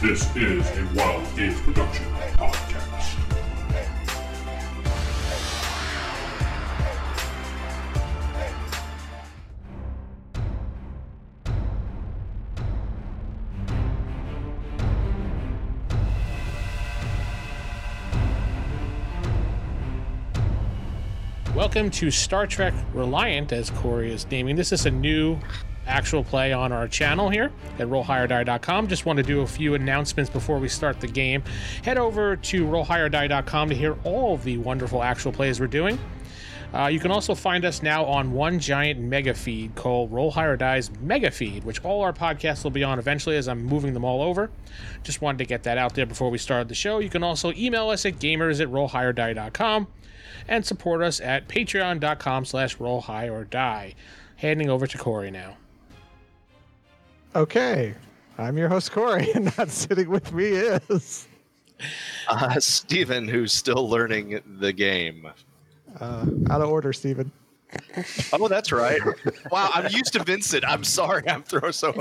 This is a Wild Game Production podcast. Welcome to Star Trek Reliant, as Corey is naming. This is a new actual play on our channel here at rollhigherdie.com. Just want to do a few announcements before we start the game. Head over to rollhigherdie.com to hear all of the wonderful actual plays we're doing. Uh, you can also find us now on one giant mega feed called Roll Higher Dies Mega Feed, which all our podcasts will be on eventually as I'm moving them all over. Just wanted to get that out there before we started the show. You can also email us at gamers at rollhigherdie.com and support us at patreon.com slash roll high or die. Handing over to Corey now. Okay. I'm your host, Corey, and not sitting with me is. uh, Steven, who's still learning the game. Uh, out of order, Steven. Oh, that's right. wow, I'm used to Vincent. I'm sorry, I'm throwing so.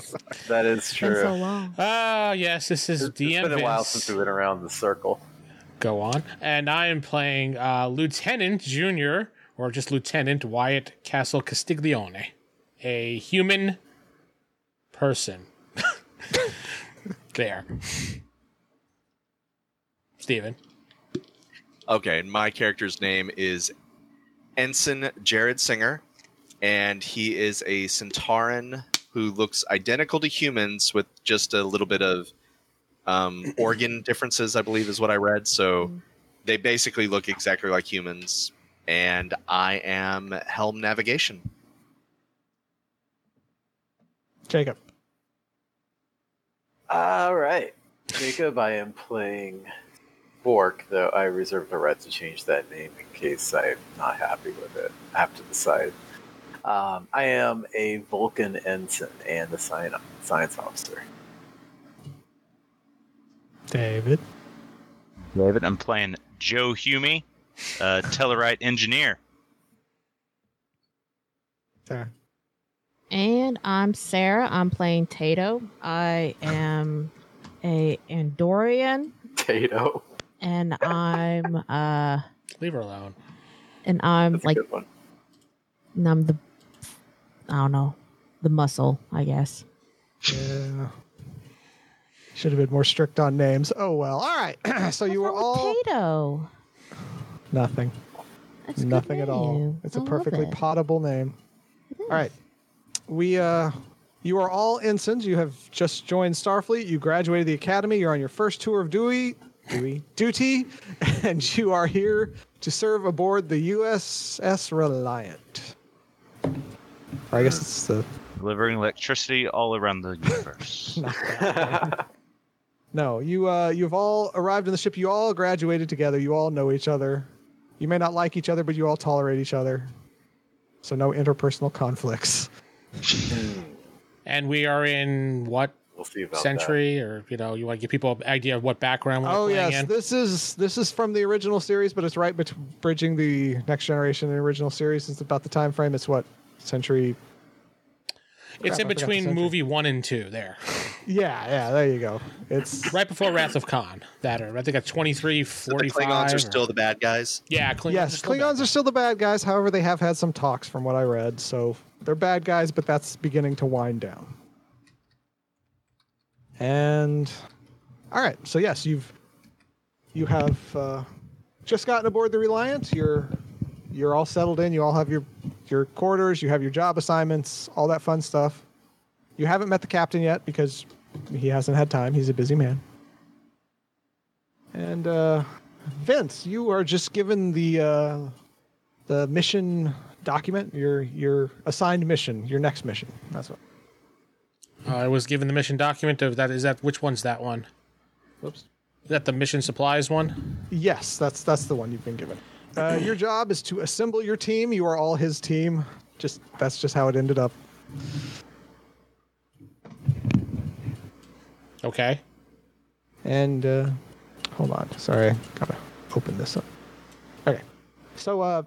That is true. been so long. Ah, yes, this is DM it's been a while Vince. since we've been around the circle. Go on. And I am playing uh, Lieutenant Junior, or just Lieutenant Wyatt Castle Castiglione, a human person. there. Steven. Okay, and my character's name is Ensign Jared Singer, and he is a Centauran who looks identical to humans with just a little bit of um, organ differences, I believe, is what I read. So they basically look exactly like humans, and I am Helm Navigation. Jacob. All right, Jacob, I am playing Bork, though I reserve the right to change that name in case I'm not happy with it. I have to decide. Um, I am a Vulcan ensign and a science, science officer. David. David, I'm playing Joe Humey, uh, Tellurite engineer. Sarah. And I'm Sarah. I'm playing Tato. I am a Andorian, Tato. and I'm uh, Leave her alone. and I'm That's like, a good one. and I'm the, I don't know, the muscle, I guess. Yeah. Should have been more strict on names. Oh, well. All right. so you were What's wrong with all. Tato. Nothing. That's a good Nothing at all. name. It's I a love perfectly it. potable name. All right. We, uh, you are all ensigns. You have just joined Starfleet. You graduated the academy. You're on your first tour of Dewey, Dewey duty, and you are here to serve aboard the USS Reliant. Or I guess it's the Delivering electricity all around the universe. no. You, uh, you've all arrived in the ship. You all graduated together. You all know each other. You may not like each other, but you all tolerate each other. So no interpersonal conflicts. And we are in what We'll see about century, or you know, you want to give people an idea of what background we're Oh playing yes, in? this is this is from the original series, but it's right between bridging the next generation and the original series. It's about the time frame. It's what century? it's crap, I in forgot the between century. movie one and two. There, Yeah, yeah. There you go. It's right before Wrath of Khan. That or I think at twenty three So the forty five. Klingons are still the bad guys. yeah. Klingons yes, still bad. Klingons are still the bad guys. However, they have had some talks from what I read, so they're bad guys, but that's beginning to wind down. And all right, so yes, you've you have uh, just gotten aboard the Reliant. You're you're all settled in. You all have your your quarters. You have your job assignments, all that fun stuff. You haven't met the captain yet because he hasn't had time. He's a busy man. And uh, Vince, you are just given the uh, the mission document. Your your assigned mission. Your next mission. That's what. Uh, I was given the mission document of that. Is that which one's that one? Oops. Is that the mission supplies one? Yes, that's that's the one you've been given. Uh, your job is to assemble your team. You are all his team. Just that's just how it ended up. Okay. And uh, hold on, sorry, gotta open this up. Okay, so uh,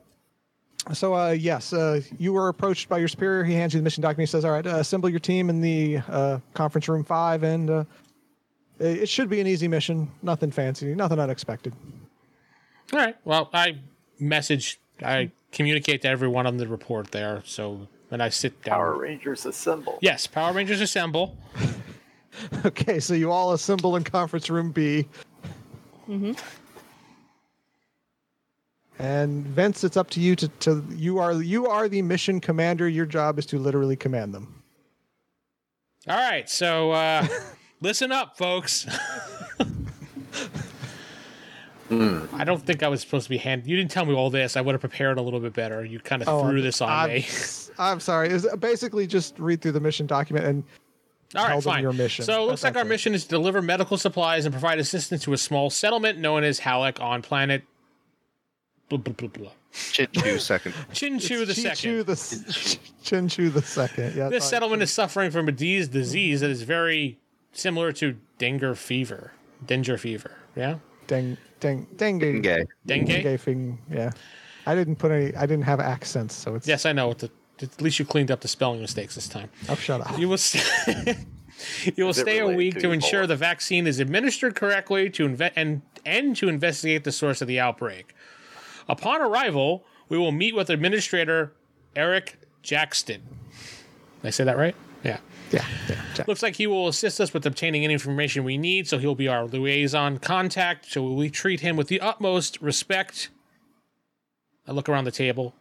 so uh, yes, uh, you were approached by your superior. He hands you the mission document. He says, "All right, uh, assemble your team in the uh, conference room five and uh, It it should be an easy mission. Nothing fancy. Nothing unexpected. All right. Well, I message, I communicate to everyone on the report there. So when I sit down, Power Rangers assemble. yes, Power Rangers assemble. Okay, so you all assemble in conference room B. And Vince, it's up to you to, to you are you are the mission commander. Your job is to literally command them. All right. So uh, listen up, folks. Hmm. I don't think I was supposed to be hand. You didn't tell me all this. I would have prepared a little bit better. You kind of threw this on Oh, I'm, me. I'm sorry. It's basically just read through the mission document and All tell right, them fine. your mission. So it looks That's like our okay. mission is to deliver medical supplies and provide assistance to a small settlement known as Halleck on planet. Blah, blah, blah, blah. Chinchu second. Chinchu the Chi second. Chu the s- Chin Chu the second. Yeah, This sorry. settlement is suffering from a disease, disease that is very similar to dengue fever. Dengue fever. Yeah? Deng deng dengue Gay. Dengue? dengue thing. Yeah, I didn't put any. I didn't have accents, so it's. Yes, I know. what the- At least you cleaned up the spelling mistakes this time. Oh, shut up. You will, st- you will Is it stay a related week to to ensure Ebola? the vaccine is administered correctly to inve- and, and to investigate the source of the outbreak. Upon arrival, we will meet with Administrator Eric Jackson. Did I say that right? Yeah. yeah, yeah, yeah. Looks like he will assist us with obtaining any information we need, so he'll be our liaison contact. So we treat him with the utmost respect. I look around the table,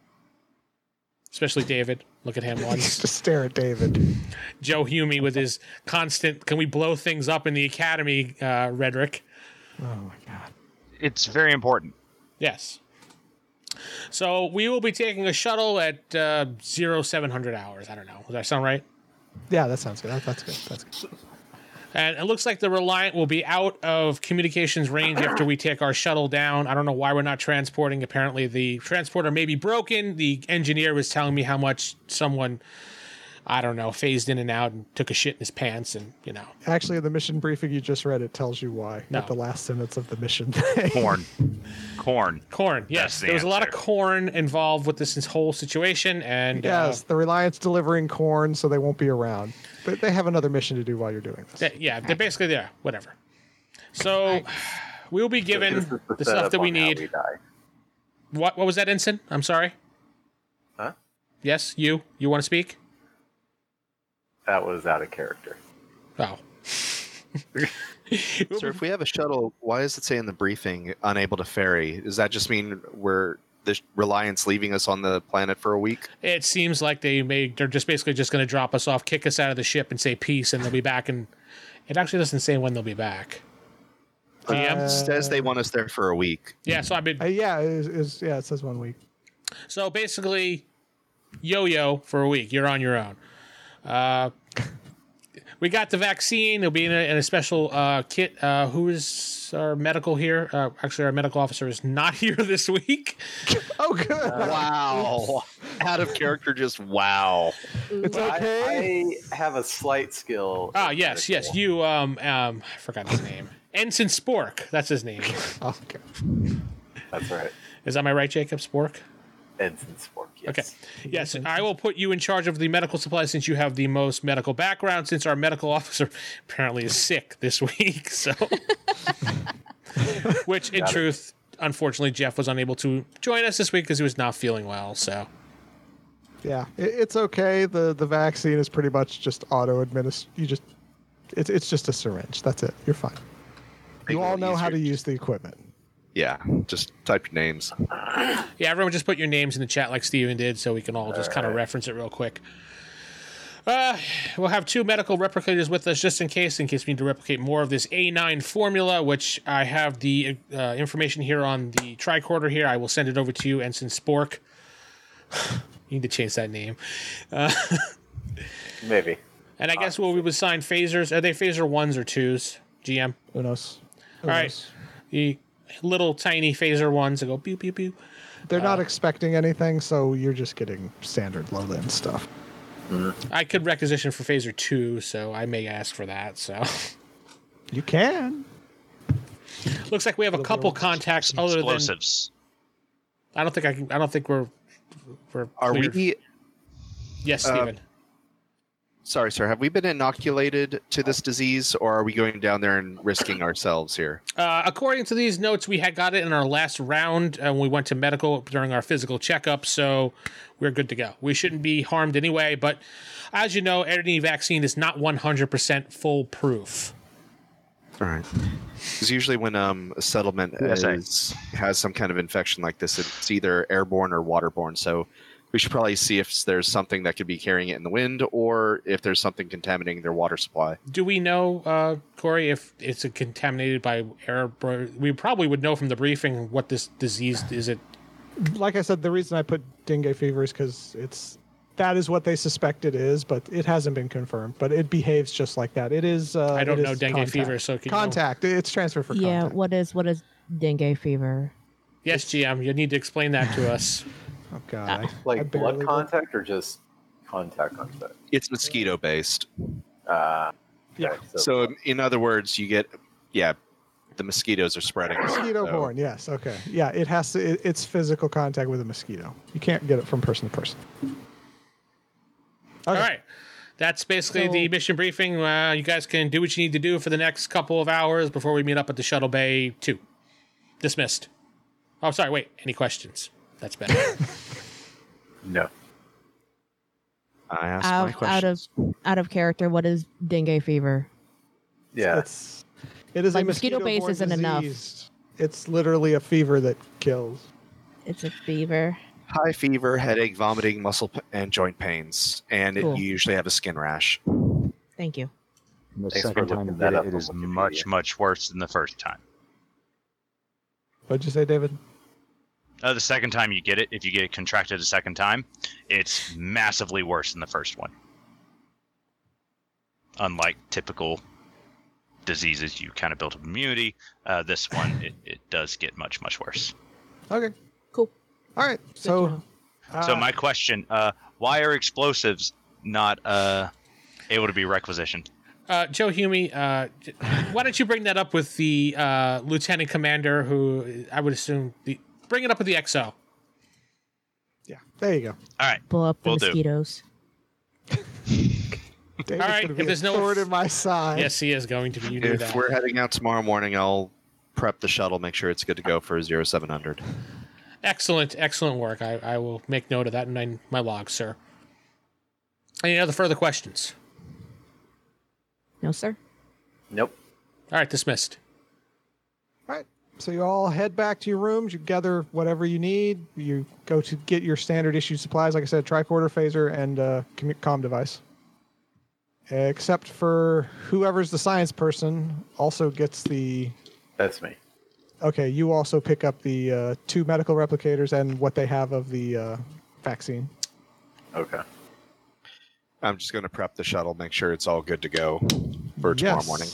especially David. Look at him once. Just stare at David. Oh, Joe Humey with his constant "Can we blow things up in the academy?" Uh, rhetoric. Oh my god. It's very important. Yes. So we will be taking a shuttle at uh, zero seven hundred hours. I don't know. Does that sound right? Yeah, that sounds good. That, that's good. That's good. And it looks like the Reliant will be out of communications range after we take our shuttle down. I don't know why we're not transporting. Apparently, the transporter may be broken. The engineer was telling me how much someone, I don't know, phased in and out and took a shit in his pants, and you know. Actually, the mission briefing you just read it tells you why. No. At the last sentence of the mission. Corn. Corn. Corn. Yes, That's the there was a lot of answer. corn involved with this whole situation, and uh, yes, the Reliance delivering corn, so they won't be around. But they have another mission to do while you're doing this. th- yeah, they're basically there. Whatever. So we'll be This is given the setup stuff that we on how need. we die. What What was that, Ensign? I'm sorry. Huh? Yes, you. You want to speak? That was out of character. Oh, Sir, if we have a shuttle, why does it say in the briefing unable to ferry? Does that just mean we're the Reliance leaving us on the planet for a week? it seems like they may. They're just basically just going to drop us off, kick us out of the ship, and say peace, and they'll be back. And it actually doesn't say when they'll be back. DM? It says they want us there for a week. yeah. So I've been. Uh, yeah, it is, yeah, it says one week. So basically, yo yo for a week. You're on your own. Uh, we got the vaccine. It'll be in a, in a special uh, kit. Uh, who is our medical here? Uh, actually, our medical officer is not here this week. Oh, good. Uh, Wow. Out of character, just wow. it's I- okay. I, have a slight skill. Ah, in yes, yes. medical. You, um, um, I forgot his name. Ensign Spork. That's his name. Oh, okay. That's right. Is that my right, Jacob Spork? Ensign Spork. Yes. Okay. Yes, I will put you in charge of the medical supplies since you have the most medical background. Since our medical officer apparently is sick this week, so which in Got it. truth, unfortunately, Jeff was unable to join us this week because he was not feeling well. So Yeah, it, it's okay. The the vaccine is pretty much just auto administered. You just it's it's just a syringe. That's it. You're fine. You all know how to use the equipment. Yeah, just type your names. yeah, everyone just put your names in the chat like Steven did, so we can all just kind of reference it real quick. Uh, we'll have two medical replicators with us just in case, in case we need to replicate more of this A9 formula, which I have the uh, information here on the tricorder here. I will send it over to you, Ensign Spork. you need to change that name. Maybe. And I guess we'll we would sign phasers. Are they phaser ones or twos, GM? Who knows? Who All right. knows? The little tiny phaser ones that go pew, pew, pew. They're not Uh, expecting anything, so you're just getting standard lowland stuff. I could requisition for phaser two, so I may ask for that, so. You can. Looks like we have a couple contacts other than Explosives. I don't think I can I don't think we're we're Are cleared. we yes, uh, Steven. sorry, sir. Have we been inoculated to this disease, or are we going down there and risking ourselves here? Uh, according to these notes, we had got it in our last round and we went to medical during our physical checkup, so we're good to go. We shouldn't be harmed anyway, but as you know, any vaccine is not 100% foolproof. All right. Because usually when um, a settlement Yes, I- is, has some kind of infection like this, it's either airborne or waterborne. So we should probably see if there's something that could be carrying it in the wind or if there's something contaminating their water supply. Do we know, uh, Corey, if it's a contaminated by air? We probably would know from the briefing what this disease is. It Like I said, the reason I put dengue fever is because it's that is what they suspect it is, but it hasn't been confirmed. But it behaves just like that. It is. Uh, I don't it know is dengue contact. fever, so can you- contact. It's transfer for yeah. contact. What is what is dengue fever? yes, GM, you need to explain that to us. Oh god. I- I Like barely blood did. contact or just contact contact? It's mosquito based. Uh, Yeah. okay, So, um, in other words, you get, yeah, the mosquitoes are spreading. Mosquito So- borne, yes. Okay. Yeah, it has to. It, it's physical contact with a mosquito. You can't get it from person to person. All right. That's basically the So- mission briefing. Uh, you guys can do what you need to do for the next couple of hours before we meet up at the shuttle bay 2. Dismissed. Oh, sorry. Wait. Any questions? That's better. no. I asked my Out, out question. of out of character. What is dengue fever? Yeah. It's it is Like, a mosquito mosquito base isn't enough. It's literally a fever that kills. It's a fever. High fever, headache, vomiting, muscle p- and joint pains, and Cool. it, you usually have a skin rash. Thank you. The Thanks for second time looking you that did up it, it on is Wikipedia. much, much worse than the first time. What'd you say, David? Uh, the second time you get it, if you get it contracted a second time, it's massively worse than the first one. Unlike typical diseases, you kind of build up immunity. Uh, this one, it, it does get much, much worse. Okay. Cool. All right. Good to So, know. so uh, my question: uh, Why are explosives not uh, able to be requisitioned? Uh, Joe Hume, uh, j- why don't you bring that up with the uh, lieutenant commander, who I would assume the bring it up with the XO. yeah, there you go. All right, Blow up the Will do. mosquitoes. David's right, gonna if be a there's no- sword in my side. Yes, he is going to be. You knew If that. we're heading out tomorrow morning, I'll prep the shuttle, make sure it's good to go for 0700. Excellent, excellent work. I, I will make note of that in my, my log, sir. Any other further questions? No, sir. Nope. All right, dismissed. All right. So you all head back to your rooms. You gather whatever you need. You go to get your standard issue supplies. Like I said, tricorder phaser and uh, commu- comm device. Except for whoever's the science person also gets the. That's me. Okay, you also pick up the uh, two medical replicators and what they have of the uh, vaccine. Okay. I'm just going to prep the shuttle, make sure it's all good to go for tomorrow morning.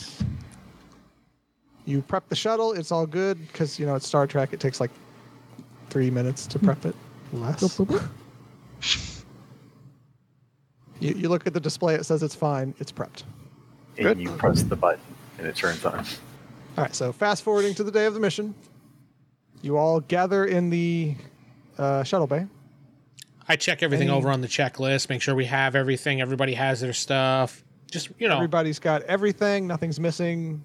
You prep the shuttle. It's all good because you know it's Star Trek. It takes like three minutes to prep it. Less. Boop, boop, boop. You, you look at the display. It says it's fine. It's prepped. And Good. you press the button and it turns on. All right, so fast forwarding to the day of the mission, you all gather in the uh, shuttle bay. I check everything Any- over on the checklist, make sure we have everything, everybody has their stuff. Just, you know, Everybody's got everything, nothing's missing.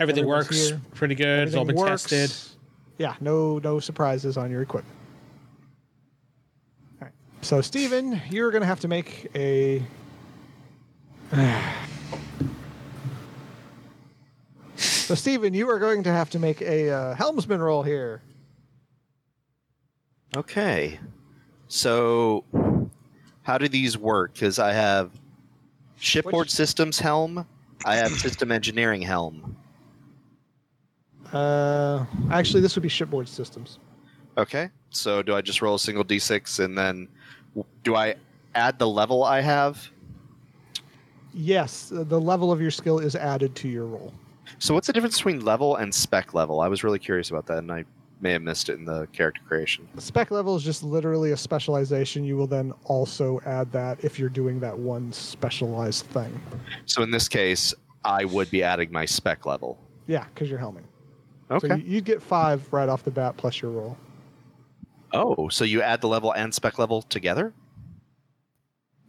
everything everyone's works here. pretty good. It's all been everything works. tested. Yeah, no no surprises on your equipment. All right. So Steven, you're going to have to make a So Steven, you are going to have to make a uh, helmsman roll here. Okay. So, how do these work? Because I have shipboard Which- systems helm, I have system engineering helm. Uh, actually this would be shipboard systems. Okay. So, do I just roll a single d6 and then w- do I add the level I have? Yes, uh, the level of your skill is added to your roll. So what's the difference between level and spec level? I was really curious about that, and I may have missed it in the character creation. Spec level is just literally a specialization. You will then also add that if you're doing that one specialized thing. So in this case, I would be adding my spec level. Yeah, because you're helming. Okay. So you- you'd get five right off the bat plus your roll. oh, so you add the level and spec level together?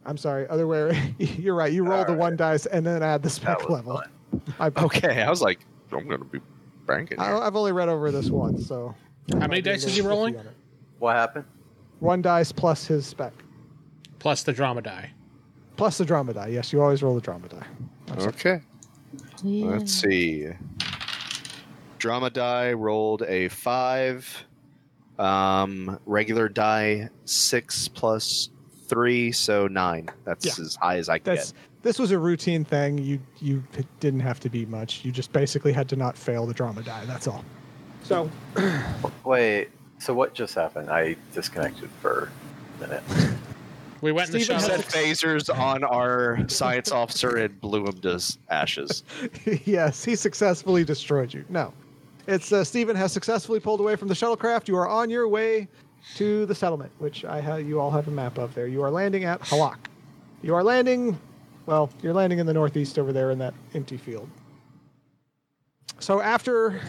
I'm sorry, other way. You're right. You roll the Alright. one dice and then add the That spec was level. fun. I, Okay, I was like, I'm gonna be banking. here. I, I've only read over this once, so. I many might be a dice is little he rolling? iffy on it. What happened? One dice plus his spec, plus the drama die. plus the drama die. Yes, you always roll the drama die. Okay, Yeah. let's see. Drama die rolled a five. Um, regular die six plus three, so nine. That's Yeah. as high as I can That's this was a routine thing. You you it didn't have to be much. You just basically had to not fail the drama die. That's all. So Wait, so what just happened? I disconnected for a minute. We went get. Steven in the set shuttle. phasers on our science officer and blew him to s- ashes. yes, he successfully destroyed you. No, it's uh, Stephen has successfully pulled away from the shuttlecraft. You are on your way to the settlement, which I ha- you all have a map of there. You are landing at Halak. You are landing. Well, you're landing in the northeast over there in that empty field. So after,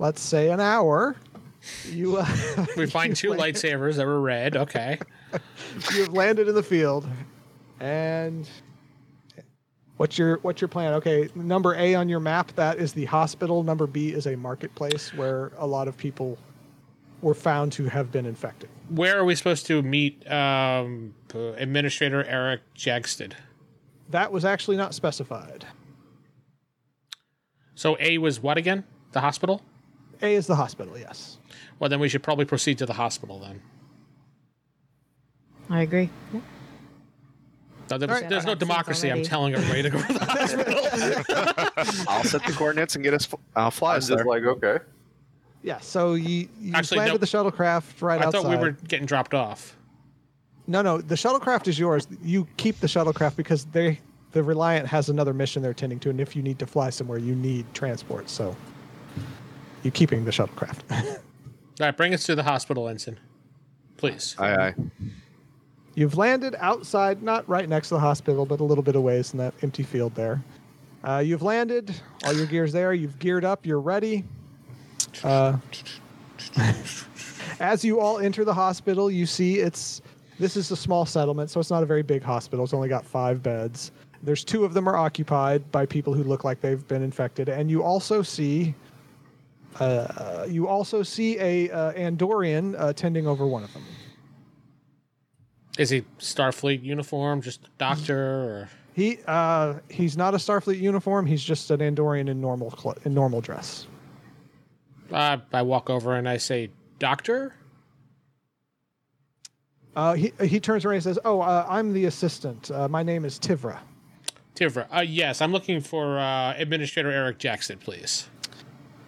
let's say, an hour, you uh, We find two lightsabers that were red. Okay. you've landed in the field and what's your what's your plan okay number a on your map that is the hospital number b is a marketplace where a lot of people were found to have been infected Where are we supposed to meet um, uh, Administrator Eric Jagsted? that was actually not specified So A was what again? The hospital? a is the hospital yes Well, then we should probably proceed to the hospital then. I agree. No, there's, there's no Alright. That makes sense democracy. I'm already. telling everybody to go to the hospital. I'll set the coordinates and get us. Fl- I'll I fly was us just there. like, okay. yeah so you, you Actually, landed no. the shuttlecraft right I outside thought we were getting dropped off. no no the shuttlecraft is yours you keep the shuttlecraft because they the reliant has another mission they're tending to and if you need to fly somewhere you need transport so you keeping the shuttlecraft All right, bring us to the hospital, Ensign. Please. aye, aye. You've landed outside, not right next to the hospital, but a little bit of ways in that empty field there. Uh, you've landed, all your gear's there. You've geared up, you're ready. Uh, as you all enter the hospital, you see it's this is a small settlement, so it's not a very big hospital. It's only got five beds. There's two of them are occupied by people who look like they've been infected, and you also see uh, you also see a uh, Andorian uh, tending over one of them. Is he Starfleet uniform, just doctor, or He uh he's not a Starfleet uniform. He's just an Andorian in normal cl- in normal dress. uh, I walk over and I say, "Doctor, Uh, he he turns around and says, "Oh, uh, I'm the assistant. Uh, my name is Tivra." Tivra? Uh, yes, I'm looking for uh, Administrator Eric Jackson, please."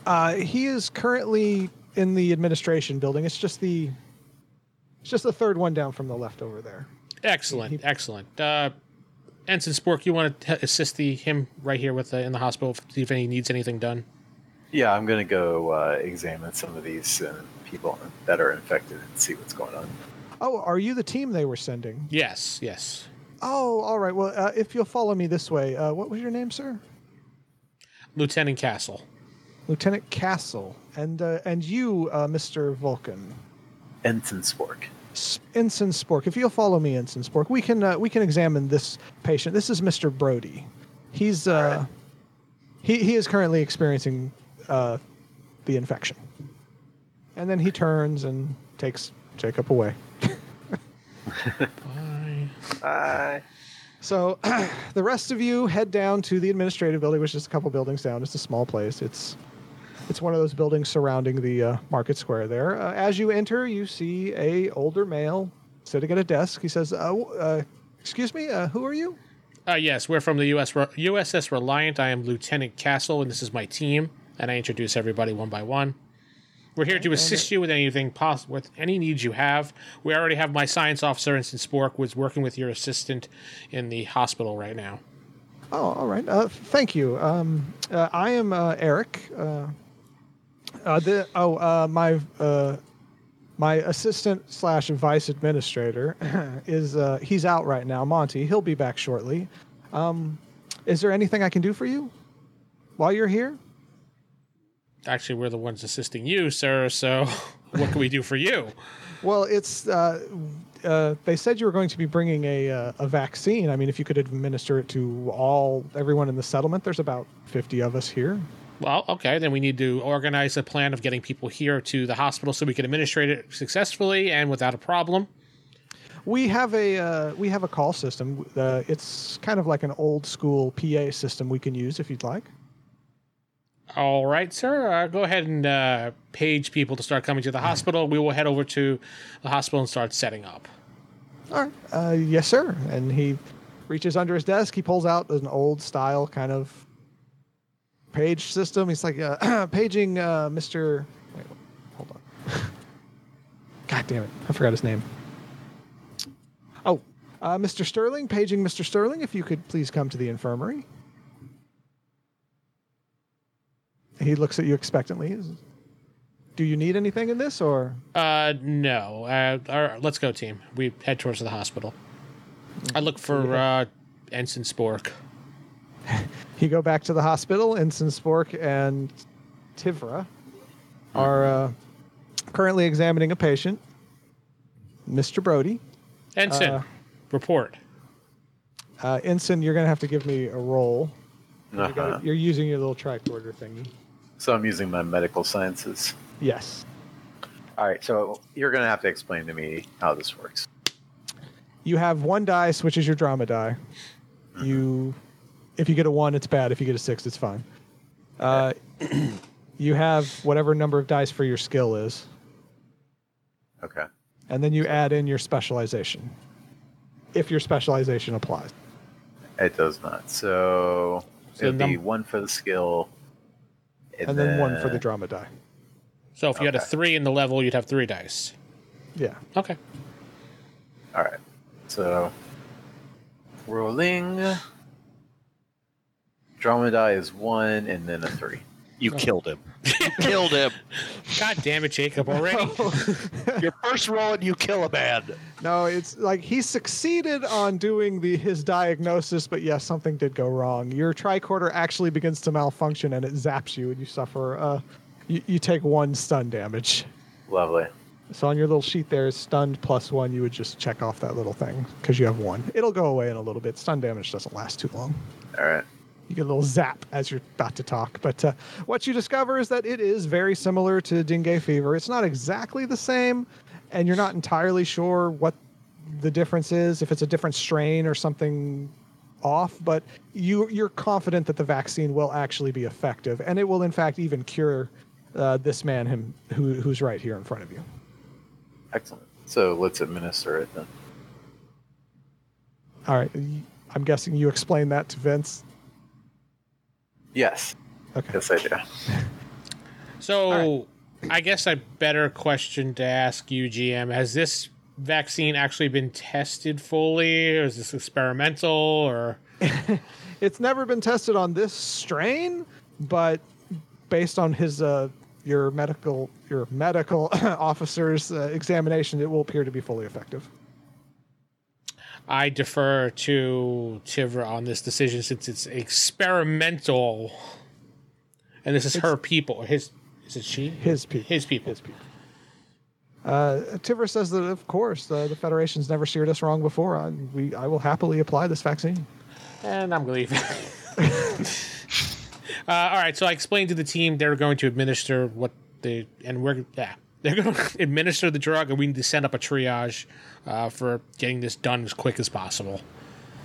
Uh, he is currently in the administration building. It's just the it's just the third one down from the left over there. Excellent, excellent. Uh, Ensign Spork, you want to assist the him right here with the, in the hospital see if he needs anything done? Yeah, I'm going to go uh, examine some of these uh, people that are infected and see what's going on. Oh, are you the team they were sending? Yes, yes. Oh, all right. Well, uh, if you'll follow me this way, uh, what was your name, sir? Lieutenant Castle. Lieutenant Castle, and uh, and you, uh, Mister Vulcan. Ensign Spork. S- Ensign Spork, if you'll follow me, Ensign Spork, we can uh, we can examine this patient. This is Mister Brody. He's uh, he he is currently experiencing uh, the infection, and then he turns and takes Jacob away. Bye. So the rest of you head down to the administrative building, which is a couple buildings down. It's a small place. It's it's one of those buildings surrounding the uh, market square there. Uh, as you enter, you see a older male sitting at a desk. He says, uh, w- uh, "Excuse me, uh, who are you?" Uh, yes, we're from the US Re- USS Reliant. I am Lieutenant Castle, and this is my team. And I introduce everybody one by one. We're here to assist you with anything possible, with any needs you have. We already have my science officer, Ensign Spork, was working with your assistant in the hospital right now. Oh, all right. Uh, thank you. Um, uh, I am uh, Eric. Uh, uh, the, oh, uh, my uh, my assistant slash vice administrator is uh, he's out right now, Monty. He'll be back shortly. Um, is there anything I can do for you while you're here? Actually, we're the ones assisting you, sir. So, what can we do for you? Well, it's uh, uh, they said you were going to be bringing a uh, a vaccine. I mean, if you could administer it to all everyone in the settlement, there's about fifty of us here. Well, okay, then we need to organize a plan of getting people here to the hospital so we can administrate it successfully and without a problem. We have a uh, we have a call system. Uh, it's kind of like an old school PA system we can use if you'd like. All right, sir. Uh, go ahead and uh, page people to start coming to the hospital. We will head over to the hospital and start setting up. All right. Uh, yes, sir. And he reaches under his desk. He pulls out an old style kind of page system. He's like, uh, paging uh, Mr. Wait, hold on. God damn it. I forgot his name. Oh, uh, Mr. Sterling, paging Mr. Sterling, if you could please come to the infirmary. He looks at you expectantly. He's, Do you need anything in this or? Uh, no. Uh, all right, let's go, team. We head towards the hospital. I look for uh, Ensign Spork. you go back to the hospital. Ensign Spork and Tivra are uh, currently examining a patient, Mr. Brody. Ensign, Uh, report. Uh, Ensign, you're going to have to give me a roll. You gotta- Uh-huh. You're using your little tricorder thingy. So I'm using my medical sciences. Yes. All right, so you're going to have to explain to me how this works. You have one dice, which is your drama die. You, if you get a one, it's bad. If you get a six, it's fine. Uh, you have whatever number of dice for your skill is, Okay. and then you add in your specialization, if your specialization applies. It does not. So, So it'd be num- one for the skill, and then, one for the drama die. So if you had a okay. three in the level, you'd have three dice. Yeah. Okay. All right. So, rolling. Drama die is one, and then a three. You killed him. Oh. You killed him. God damn it, Jacob, already. Your first roll and you kill a man. No, it's like he succeeded on doing the his diagnosis, but yes, something did go wrong. Your tricorder actually begins to malfunction and it zaps you, and you suffer. Uh, you, you take one stun damage. Lovely. So on your little sheet there is stunned plus one. You would just check off that little thing because you have one. It'll go away in a little bit. Stun damage doesn't last too long. All right. You get a little zap as you're about to talk. But uh, what you discover is that it is very similar to dengue fever. It's not exactly the same, and you're not entirely sure what the difference is, if it's a different strain or something off. But you, you're confident that the vaccine will actually be effective, and it will, in fact, even cure uh, this man him, who, who's right here in front of you. Excellent. So let's administer it then. All right. y- I'm guessing you explained that to Vince. Yes. Okay. Yes, I do. So I guess a better question to ask you, GM, has this vaccine actually been tested fully, or is this experimental, or it's never been tested on this strain, but based on his uh, your medical your medical officer's uh, examination, it will appear to be fully effective. I defer to Tivra on this decision since it's experimental, and this is her people. His is it she? His people. His people. His people. Uh, Tiver says that of course uh, the Federation's never steered us wrong before. I, we I will happily apply this vaccine. And I'm leaving. uh, all right, so I explained to the team they're going to administer what they and we're yeah they're going to administer the drug, and we need to send up a triage uh, for getting this done as quick as possible.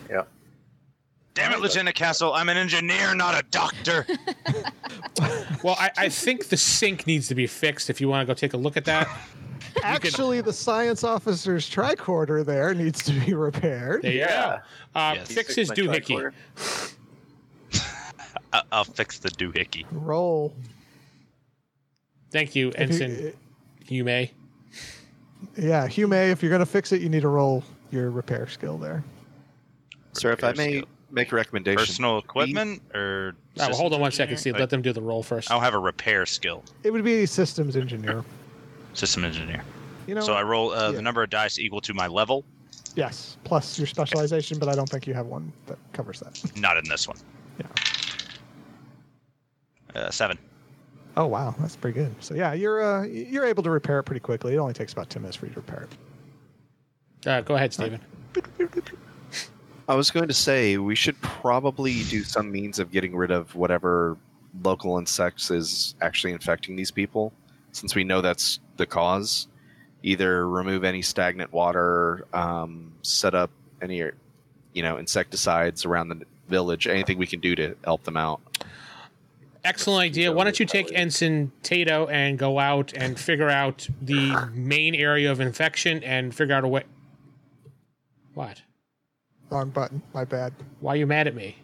Yeah. Damn it, Lieutenant Castle! I'm an engineer, not a doctor. Well, I, I think the sink needs to be fixed. If you want to go take a look at that, Actually, the science officer's tricorder there needs to be repaired. there you Yeah. go. Uh, Yes. Fix his my doohickey. tricorder. I- I'll fix the doohickey. Roll. Thank you, If you- uh, Ensign. You may. Yeah, Hume, if you're going to fix it, you need to roll your repair skill there. Sir, if I may Skill. make a recommendation. Personal equipment or Oh, well, hold on one second, engineer. Steve. Let them do the roll first. I'll have a repair skill. It would be systems engineer. System engineer. You know, So I roll uh, yeah. the number of dice equal to my level. yes, plus your specialization, but I don't think you have one that covers that. Not in this one. Yeah. Uh, seven. Oh wow, that's pretty good. So yeah, you're uh, you're able to repair it pretty quickly. It only takes about ten minutes for you to repair it. Uh, go ahead, Stephen. I was going to say we should probably do some means of getting rid of whatever local insects is actually infecting these people, since we know that's the cause. Either remove any stagnant water, um, set up any, you know, insecticides around the village, anything we can do to help them out. Excellent idea. Why don't you take Ensign Tato and go out and figure out the main area of infection and figure out a way. What? Wrong button. My bad. Why are you mad at me?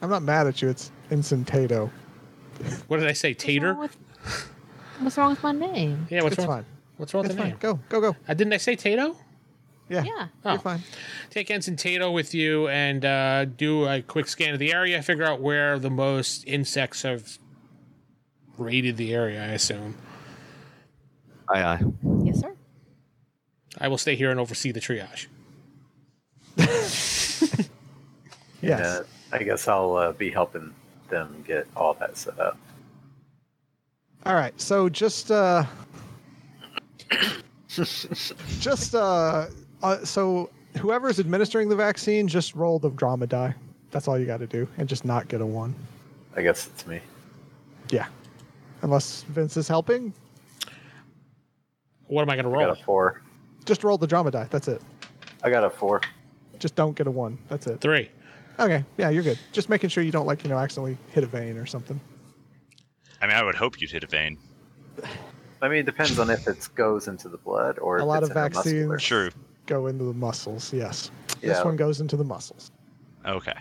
I'm not mad at you. It's instant Tato. What did I say? Tater? What's wrong with, what's wrong with my name? Yeah, what's It's wrong? fine. What's wrong with It's the fine. name? Go, go, go. Uh, didn't I say Tato? Yeah. Yeah. Oh. You're fine. take Ensign Tato with you and uh, do a quick scan of the area, figure out where the most insects have raided the area, I assume. Aye, aye. Yes, sir. I will stay here and oversee the triage. Yes. Yeah, I guess I'll uh, be helping them get all that set up. All right. So just uh just uh, uh so whoever's administering the vaccine just roll the drama die. That's all you got to do and just not get a 1. I guess it's me. Yeah. Unless Vince is helping, What am I going to I roll? got a four. just roll the drama die. That's it. I got a four. Just don't get a 1. That's it. Three. Okay. Yeah, you're good. Just making sure you don't like, you know, accidentally hit a vein or something. I mean, I would hope you'd hit a vein. I mean, it depends on if it goes into the blood or A if lot it's of intermuscular. vaccines. True. Go into the muscles. Yes. Yeah. This one goes into the muscles. Okay.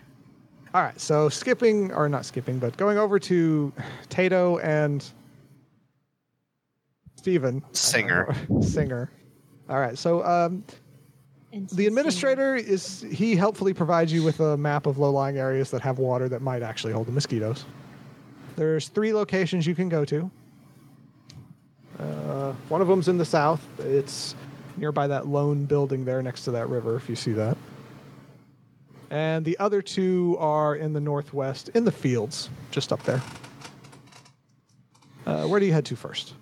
All right, so skipping or not skipping, but going over to Tato and Steven. I don't Singer. know. Singer. All right, so um, the administrator is he helpfully provides you with a map of low-lying areas that have water that might actually hold the mosquitoes. There's three locations you can go to. Uh, one of them's in the south. It's nearby that lone building there next to that river, if you see that. And the other two are in the northwest, in the fields, just up there. Uh, where do you head to first?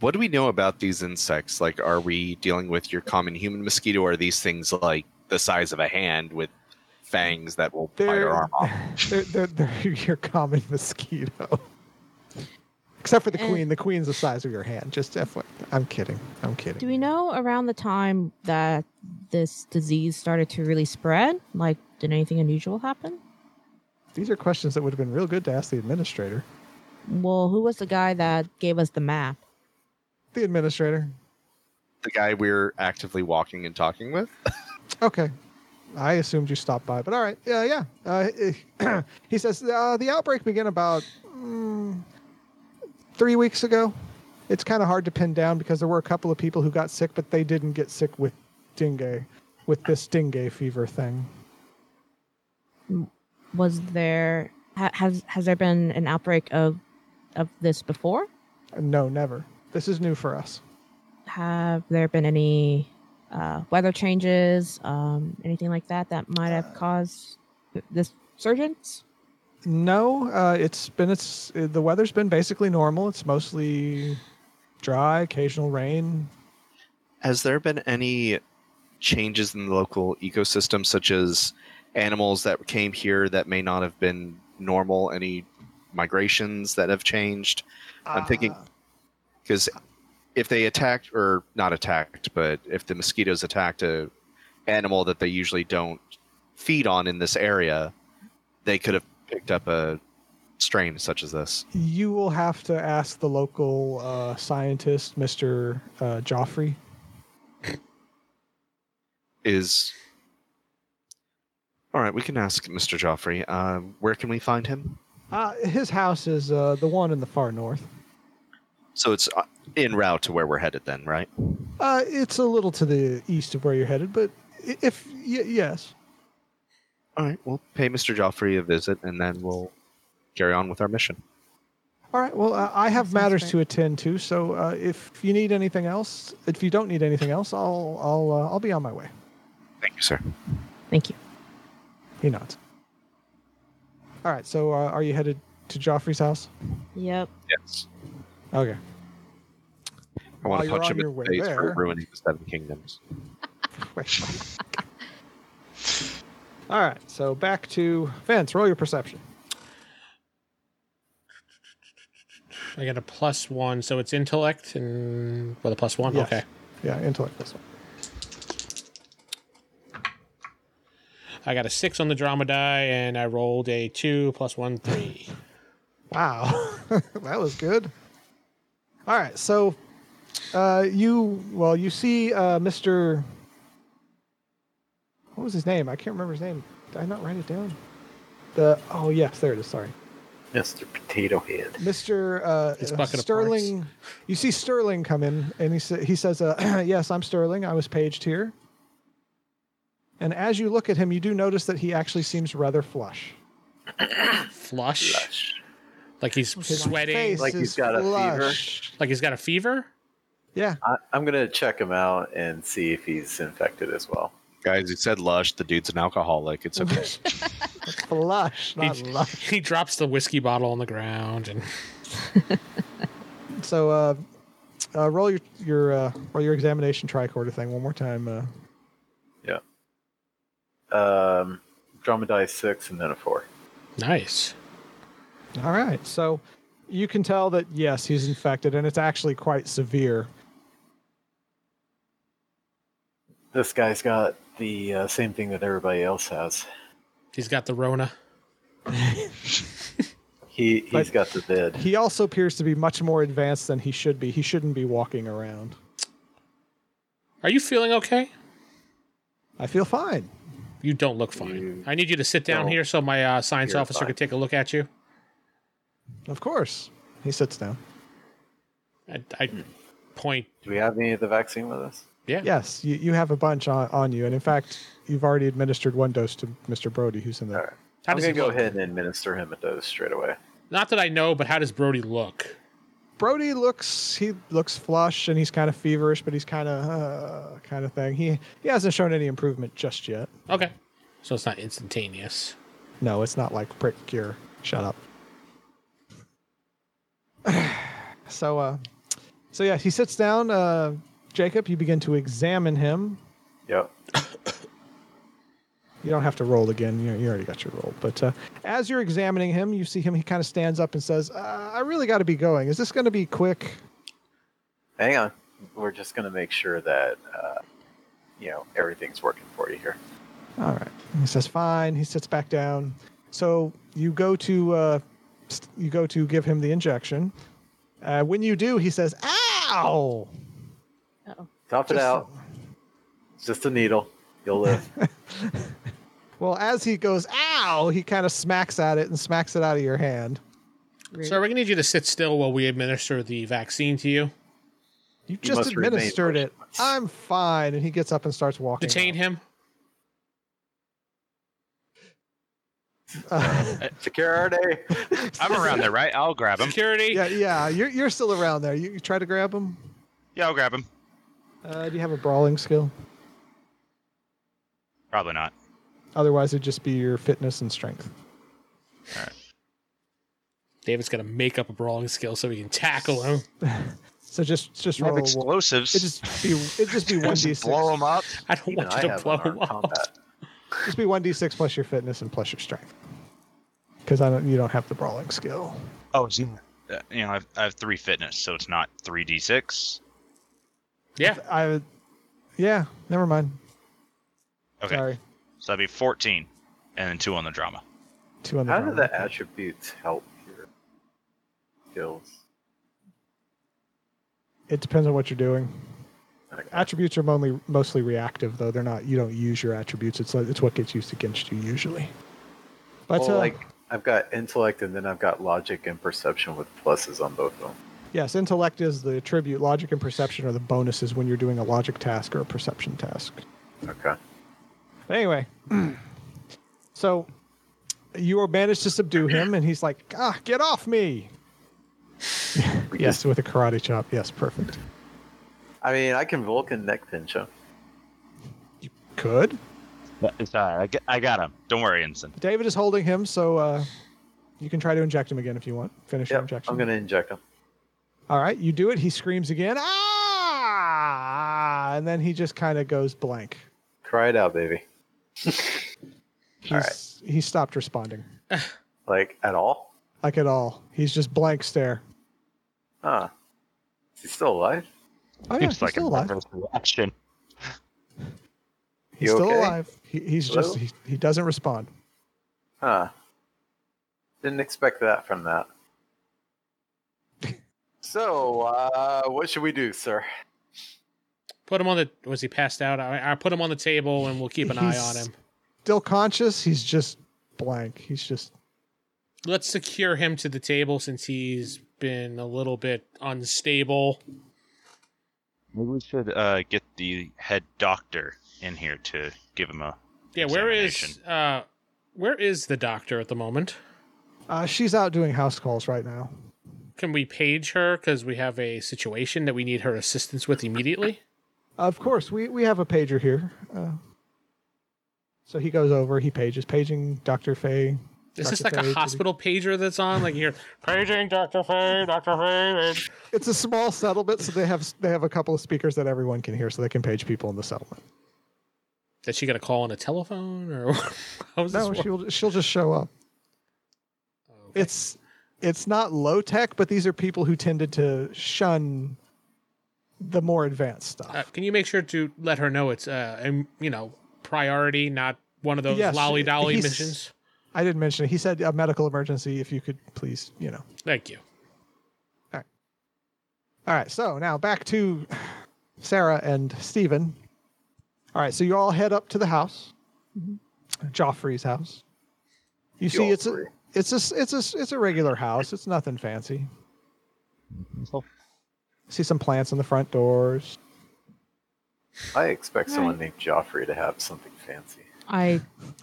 What do we know about these insects? Like, are we dealing with your common human mosquito, or are these things like the size of a hand with fangs that will bite They're- our arm off? They're, they're, they're your common mosquito. Except for the Eh. queen. The queen's the size of your hand. Just FYI. I'm kidding. I'm Do kidding. we know around the time that this disease started to really spread? Like, did anything unusual happen? These are questions that would have been real good to ask the administrator. Well, who was the guy that gave us the map? The administrator. the guy we're actively walking and talking with. Okay. I assumed you stopped by, but all right. Yeah, yeah. Uh, eh, he says uh, the outbreak began about mm, three weeks ago. It's kind of hard to pin down because there were a couple of people who got sick, but they didn't get sick with dengue, with this dengue fever thing. Was there ha- has has there been an outbreak of of this before? No, never. This is new for us. Have there been any uh, weather changes, um, anything like that that might have caused th- this surgence? No, uh, it's been it's uh, the weather's been basically normal. It's mostly dry, occasional rain. Has there been any changes in the local ecosystem, such as animals that came here that may not have been normal? Any migrations that have changed? I'm thinking because if they attacked or not attacked, but if the mosquitoes attacked a animal that they usually don't feed on in this area, they could have picked up a strain such as this. You will have to ask the local uh, scientist, Mr. Uh, Joffrey. is all right we can ask mr joffrey uh, where can we find him Uh, his house is uh, the one in the far north. so it's uh, en route to where we're headed then right Uh, it's a little to the east of where you're headed, but i- if y- yes, all right we'll pay mr joffrey a visit and then we'll carry on with our mission All right. Well, uh, I have Sounds matters great. to attend to, so uh, if you need anything else, if you don't need anything else, I'll I'll uh, I'll be on my way. thank you sir Thank you. He nods. All right. So uh, are you headed to Joffrey's house? Yep. yes Okay. I want While to you're punch on him your in the way face there- for ruining the Seven Kingdoms. All right, so back to Vince. Roll your perception. I got a plus one, so it's intellect and with a plus one. Yes. Okay. Yeah, intellect this one. I got a six on the drama die, and I rolled a two plus one three. Wow, that was good. All right, so uh, you well, you see uh, Mister. What was his name? I can't remember his name. Did I not write it down? The oh yes, there it is. Sorry, Mr. Potato Head. Mister uh, His bucket of Sterling. you see Sterling come in, and he sa- he says, uh, "Yes, I'm Sterling. I was paged here." And as you look at him, you do notice that he actually seems rather flush. Flush, Lush. like he's His sweating, face Like he's is got a fever? flush. like he's got a fever. Yeah, I, I'm gonna check him out and see if he's infected as well. Guys, he said lush. The dude's an alcoholic. It's okay. flush, not He's- lush. He drops the whiskey bottle on the ground, and So uh, uh, roll your your uh, roll your examination tricorder thing one more time. Uh, Um, drama die six and then a four. nice. all right. So you can tell that yes, he's infected, and it's actually quite severe. This guy's got the uh, same thing that everybody else has. He's got the Rona. He he's But- got the vid. He also appears to be much more advanced than he should be. He shouldn't be walking around. Are you feeling okay? I feel fine. You don't look fine. You I need you to sit down don't- here so my uh, science You're officer fine. could take a look at you. Of course. He sits down. I, I Hmm. point. Do we have any of the vaccine with us? Yeah. Yes, you, you have a bunch on, on you, and in fact, you've already administered one dose to Mr. Brody, who's in All there. right. How I'm does gonna he go look? ahead and administer him a dose straight away. Not that I know, but how does Brody look? Brody looks he looks flush and he's kind of feverish, but he's kind of uh, kind of thing. He he hasn't shown any improvement just yet. Okay. So it's not instantaneous. No, it's not like prick cure. Shut up. so uh so yeah, he sits down, uh Jacob, you begin to examine him. Yep. You don't have to roll again. You, you already got your roll. But uh, as you're examining him, you see him. He kind of stands up and says, uh, "I really got to be going. Is this going to be quick?" Hang on. We're just gonna make sure that uh, you know everything's working for you here. All right. He says, "Fine." He sits back down. So you go to uh, st- you go to give him the injection. Uh, when you do, he says, "Ow!" Tough it Just- out. It's just a needle. You'll live. Well, as he goes, "Ow!" He kind of smacks at it and smacks it out of your hand. Rude. Sir, we're going to need you to sit still while we administer the vaccine to you. You just must remain administered it. motionless. I'm fine. And he gets up and starts walking. Detain out. him. Uh, Security. I'm around there, right? I'll grab him. Security. Yeah, yeah. You're you're still around there. You, you try to grab him. Yeah, I'll grab him. Uh, do you have a brawling skill? Probably not. Otherwise, it'd just be your fitness and strength. David's got to make up a brawling skill so we can tackle him. So just just I roll. have a wa- explosives. It just be it just be one d six. blow him up. I don't Even want I you to have blow him unarmed up. combat. Just be one d six plus your fitness and plus your strength. Because I don't, you don't have the brawling skill. Oh, it's in there. Uh, you know, I have, I have three fitness, so it's not three d six. Yeah. I, yeah, never mind. Okay, Sorry, so that'd be fourteen, and then two on the drama. two on the. How do brawling. the attributes help your skills? It depends on what you're doing. Okay. Attributes are mostly mostly reactive, though they're not. You don't use your attributes. It's like- it's what gets used against you usually. But well, uh, like I've got intellect and then I've got logic and perception with pluses on both of them. yes, intellect is the attribute. Logic and perception are the bonuses when you're doing a logic task or a perception task. Okay. Anyway, so you are managed to subdue him, and he's like, "Ah, get off me!" yes, with a karate chop. Yes, perfect. I mean, I can Vulcan neck pinch him. Good. It's all right. I, got him. Don't worry, Ensign. David is holding him, so uh, you can try to inject him again if you want. Finish your Yep, injection. I'm going to inject him. All right, you do it. He screams again. Ah! and then he just kind of goes blank. Cry it out, baby. He's, He stopped responding, Like at all? like at all. He's just blank stare. Huh. Is he still alive? Oh yeah, Seems he's like still a alive. reverse reaction. He's You still okay? alive. He, he's just Hello? he, he doesn't respond. Huh. Didn't expect that from that. So, uh, what should we do, sir? Put him on the. Was he passed out? I, I put him on the table, and we'll keep an eye on He's- him. Still conscious. He's just blank. He's just Let's secure him to the table since he's been a little bit unstable. Maybe we should uh, get the head doctor in here to give him a. Yeah, where is Examination. uh, where is the doctor at the moment? uh, she's out doing house calls right now. Can we page her because we have a situation that we need her assistance with immediately? Of course, we we have a pager here. Uh, so he goes over. He pages, paging Doctor Fay. Is this like Dr. Faye, a did he- hospital pager that's on? Like you're paging Doctor Faye, Doctor Faye. It's a small settlement, so they have they have a couple of speakers that everyone can hear, so they can page people in the settlement. Is she gonna call on a telephone or how's this? No, work? she'll she'll just show up. It's it's not low tech, but these are people who tended to shun the more advanced stuff. Uh, can you make sure to let her know it's uh, um, you know, priority, not one of those Yes, lolly dolly he's- missions? I didn't mention it. He said a medical emergency. If you could please, you know. Thank you. All right, so now back to Sarah and Steven. All right, so you all head up to the house, Joffrey's house. You see, it's a, Mm-hmm. Joffrey. it's a, s- it's a, s- it's a regular house. It's nothing fancy. See some plants on the front doors. I expect someone named Joffrey to have something fancy. I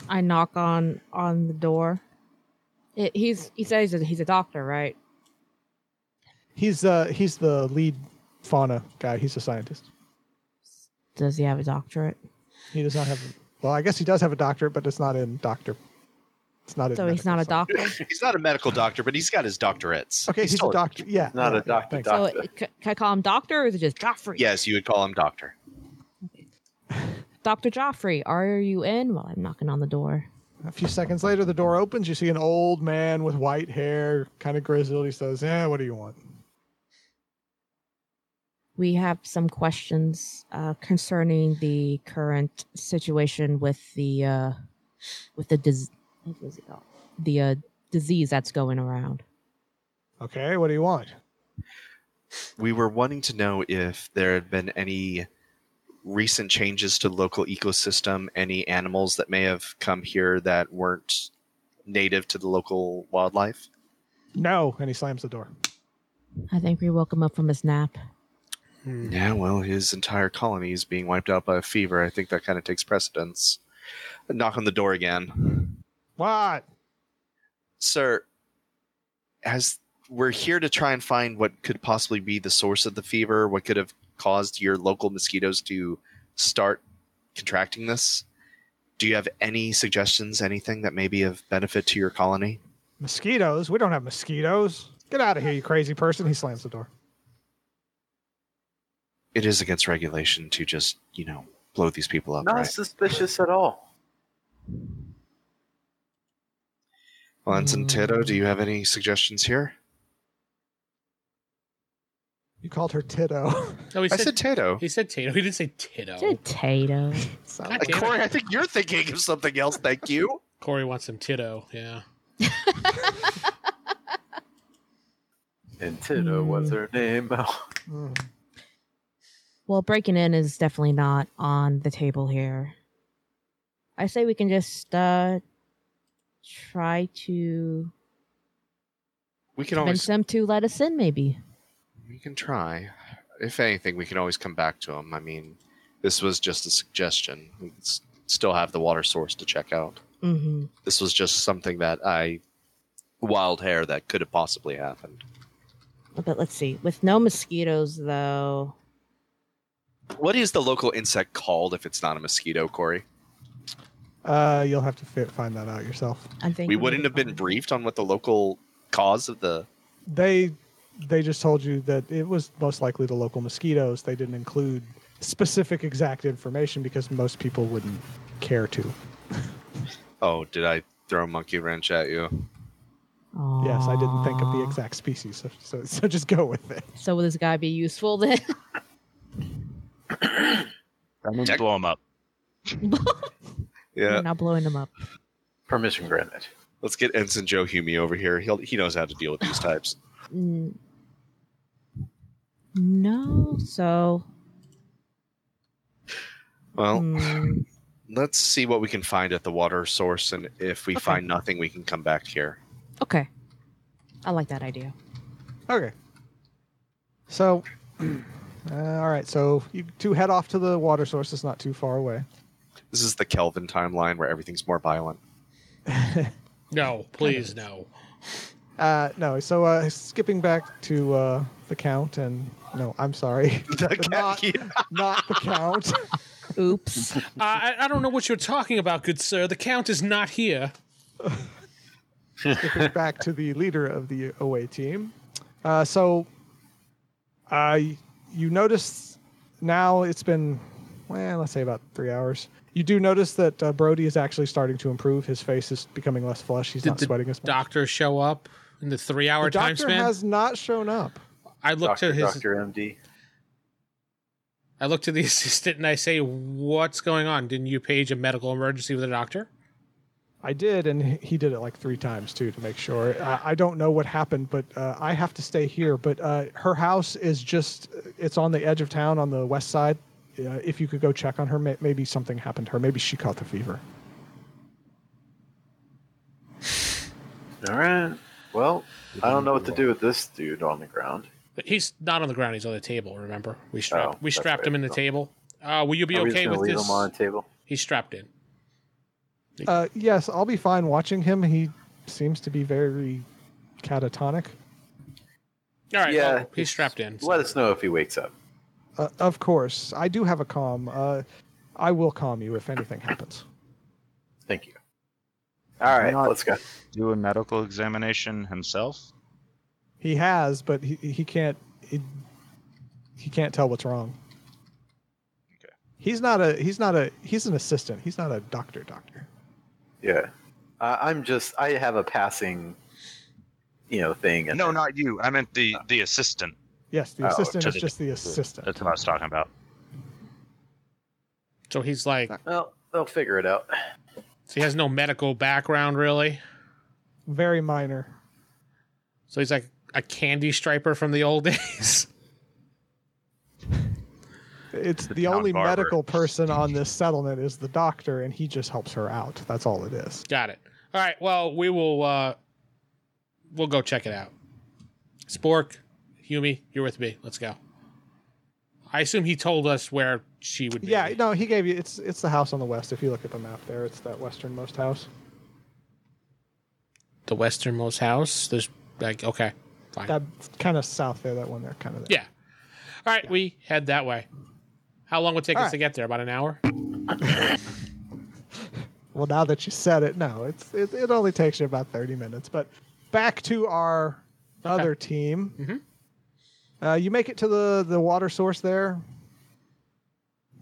I knock on on the door. It, he's he says that he's a doctor, right? He's uh he's the lead fauna guy. He's a scientist. Does he have a doctorate? He does not have. Well, I guess he does have a doctorate, but it's not in doctor. It's not in. So he's medical not a science. doctor. He's not a medical doctor, but he's got his doctorates. Okay, he's, still a doctor. Yeah, Not yeah, a doctor, thanks. So doctor. it, c- can I call him doctor, or is it just Joffrey? Yes, you would call him doctor. Doctor Joffrey. Are you in? Well, I'm knocking on the door. A few seconds later, the door opens. You see an old man with white hair, kind of grizzled. He says, "Yeah, what do you want?" We have some questions uh, concerning the current situation with the uh, with the dis- what was it called? The uh, disease that's going around. Okay, what do you want? We were wanting to know if there had been any recent changes to local ecosystem, any animals that may have come here that weren't native to the local wildlife. No, and he slams the door. I think we woke him up from his nap. Hmm. Yeah, well, his entire colony is being wiped out by a fever. I think that kind of takes precedence. Knock on the door again. What? Sir, as we're here to try and find what could possibly be the source of the fever, what could have caused your local mosquitoes to start contracting this. Do you have any suggestions, anything that may be of benefit to your colony? Mosquitoes? We don't have mosquitoes. Get out of here, you crazy person! He slams the door. It is against regulation to just, you know, blow these people up, Not right? suspicious at all. Lance and Tito, do you have any suggestions here? You called her Tito. No, Oh, he I said, said Tato. he said Tato. He didn't say Tito. Potato. Sound God like- damn it. Uh, Corey, I think you're thinking of something else. Thank you. Corey wants some Tito. Yeah. Hmm. And Tito was her name. Oh, Mm. Well, breaking in is definitely not on the table here. I say we can just uh try to We can convince always them to let us in, maybe. we can try. If anything, we can always come back to him. I mean, this was just a suggestion. We can s- still have the water source to check out. Mm-hmm. This was just something that I wild hair that could have possibly happened. But let's see. With no mosquitoes, though, What is the local insect called if it's not a mosquito, Corey? Uh, you'll have to fi- find that out yourself. I think We need wouldn't to have been find- briefed on what the local cause of the They, they just told you that it was most likely the local mosquitoes. They didn't include specific exact information because most people wouldn't care to. Oh, did I throw a monkey wrench at you? Yes, I didn't think of the Aw. exact species, so so, so just go with it. So will this guy be useful then? I'm gonna Tech- blow him up. We're Yeah. not blowing him up. Permission granted. Let's get Ensign Joe Hume over here. He'll he knows how to deal with these types. Mm. No, so Well, mm, let's see what we can find at the water source, and if we Okay. find nothing, we can come back here. okay. I like that idea. Okay. So, uh, all right. So you two head off to the water source. It's not too far away. This is the Kelvin timeline where everything's more violent. No, please, no. Uh, no, so uh, skipping back to uh, the count and no, I'm sorry, The not- not the count. Oops. Uh, I, I don't know what you're talking about, good sir. The count is not here. skipping back to the leader of the away team. Uh, so, uh, you notice now it's been, well, let's say about three hours. You do notice that uh, Brody is actually starting to improve. His face is becoming less flush. He's Did not the sweating as much. Doctor show up in the The three-hour time doctor span. has not shown up. I look Doctor, to his. Doctor MD. I look to the assistant and I say, "What's going on? Didn't you page a medical emergency with a doctor?" I did, and he he did it like three times too to make sure. I, I don't know what happened, but uh, I have to stay here. But uh, her house is just—it's on the edge of town, on the west side. Uh, if you could go check on her, may- maybe something happened to her. Maybe she caught the fever. All right. Well, I don't know what to do with this dude on the ground. But he's not on the ground; he's on the table. Remember, we Oh, strapped we that's strapped right. him in the Oh. table. Uh, will you be Are we just okay gonna with leave this? him on the table? He's strapped in. Uh, yes, I'll be fine watching him. He seems to be very catatonic. All right. Yeah, well, he's strapped in. Let us know if he wakes up. Uh, of course, I do have a calm. Uh, I will calm you if anything happens. Thank you. All right, Not- let's go. Do a medical examination himself. He has, but he, he can't he, he can't tell what's wrong. Okay. He's not a he's not a he's an assistant. He's not a doctor doctor. Yeah, I I'm just I have a passing, you know, thing. and No, then- not you. I meant the the assistant. Yes, the Oh, assistant to is the- just the assistant. That's what I was talking about. So he's like, Well, they'll figure it out. so he has no medical background really. Very minor. So he's like a candy striper from the old days. It's the, town only barber. medical person on this settlement is the doctor and he just helps her out. That's all it is. Got it. All right. Well, we will. uh We'll go check it out. Spork, Hume, you're with me. Let's go. I assume he told us where she would be. Yeah, no, he gave you it's it's the house on the west. If you look at the map there, it's that westernmost house. the westernmost house. There's like okay, fine. That kind of south there, that one there kind of there. yeah. All right, we head that way. How long would it take All us right. to get there? About an hour. Well, now that you said it, no, it's it, it only takes you about thirty minutes. But back to our other team. Uh, you make it to the the water source there.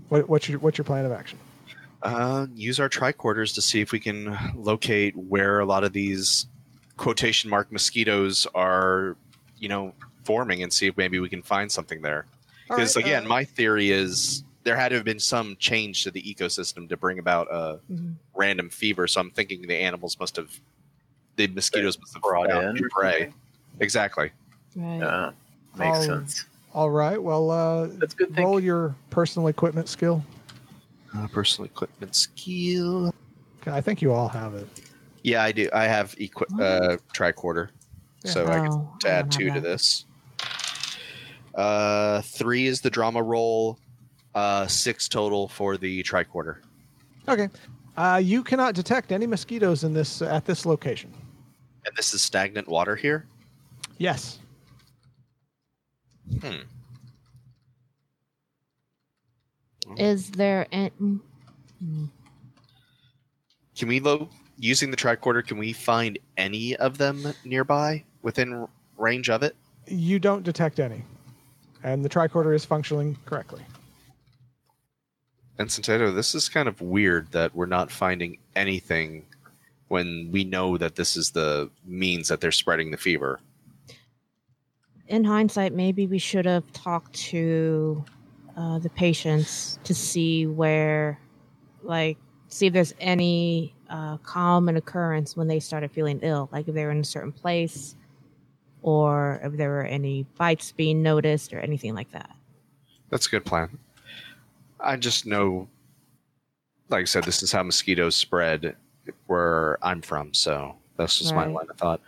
What, what's your what's your plan of action? Uh, use our tricorders to see if we can locate where a lot of these quotation mark mosquitoes are, you know, forming and see if maybe we can find something there. All Because right, again, uh, my theory is there had to have been some change to the ecosystem to bring about a Mhm. random fever. So I'm thinking the animals must have, the mosquitoes must have Brought found in. prey. Exactly. Right. Uh, makes Um, sense. all right. Well, uh, That's good thinking. roll your personal equipment skill. Uh, personal equipment skill. 'Kay, I think you all have it. Yeah, I do. I have equi- uh, tricorder, Yeah. so I can Oh, to I add don't two have to that. this. Uh, three is the drama roll. Uh, six total for the tricorder. Okay. Uh, you cannot detect any mosquitoes in this at this location. And this is stagnant water here. Yes. Is there an mm, Can we lo- using the tricorder? Can we find any of them nearby within r- range of it? You don't detect any, and the tricorder is functioning correctly. Ensign Tato, this is kind of weird that we're not finding anything when we know that this is the means that they're spreading the fever. in hindsight, maybe we should have talked to uh, the patients to see where, like, see if there's any uh, common occurrence when they started feeling ill, like if they were in a certain place or if there were any bites being noticed or anything like that. That's a good plan. I just know, like I said, this is how mosquitoes spread where I'm from, so that's just my Right. line of thought.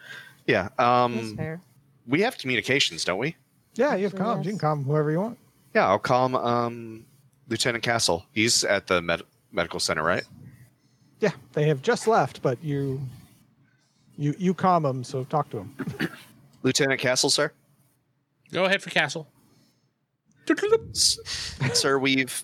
Yeah. That's Mm. Um, fair. we have communications, don't we? Yeah, you have Actually, comms. You can yes. comm whoever you want. Yeah, I'll call him, um, Lieutenant Castle. He's at the med- medical center, right? Yeah, they have just left, but you you you calm them, so talk to them. Lieutenant Castle, sir? Go ahead for Castle. S- sir, we've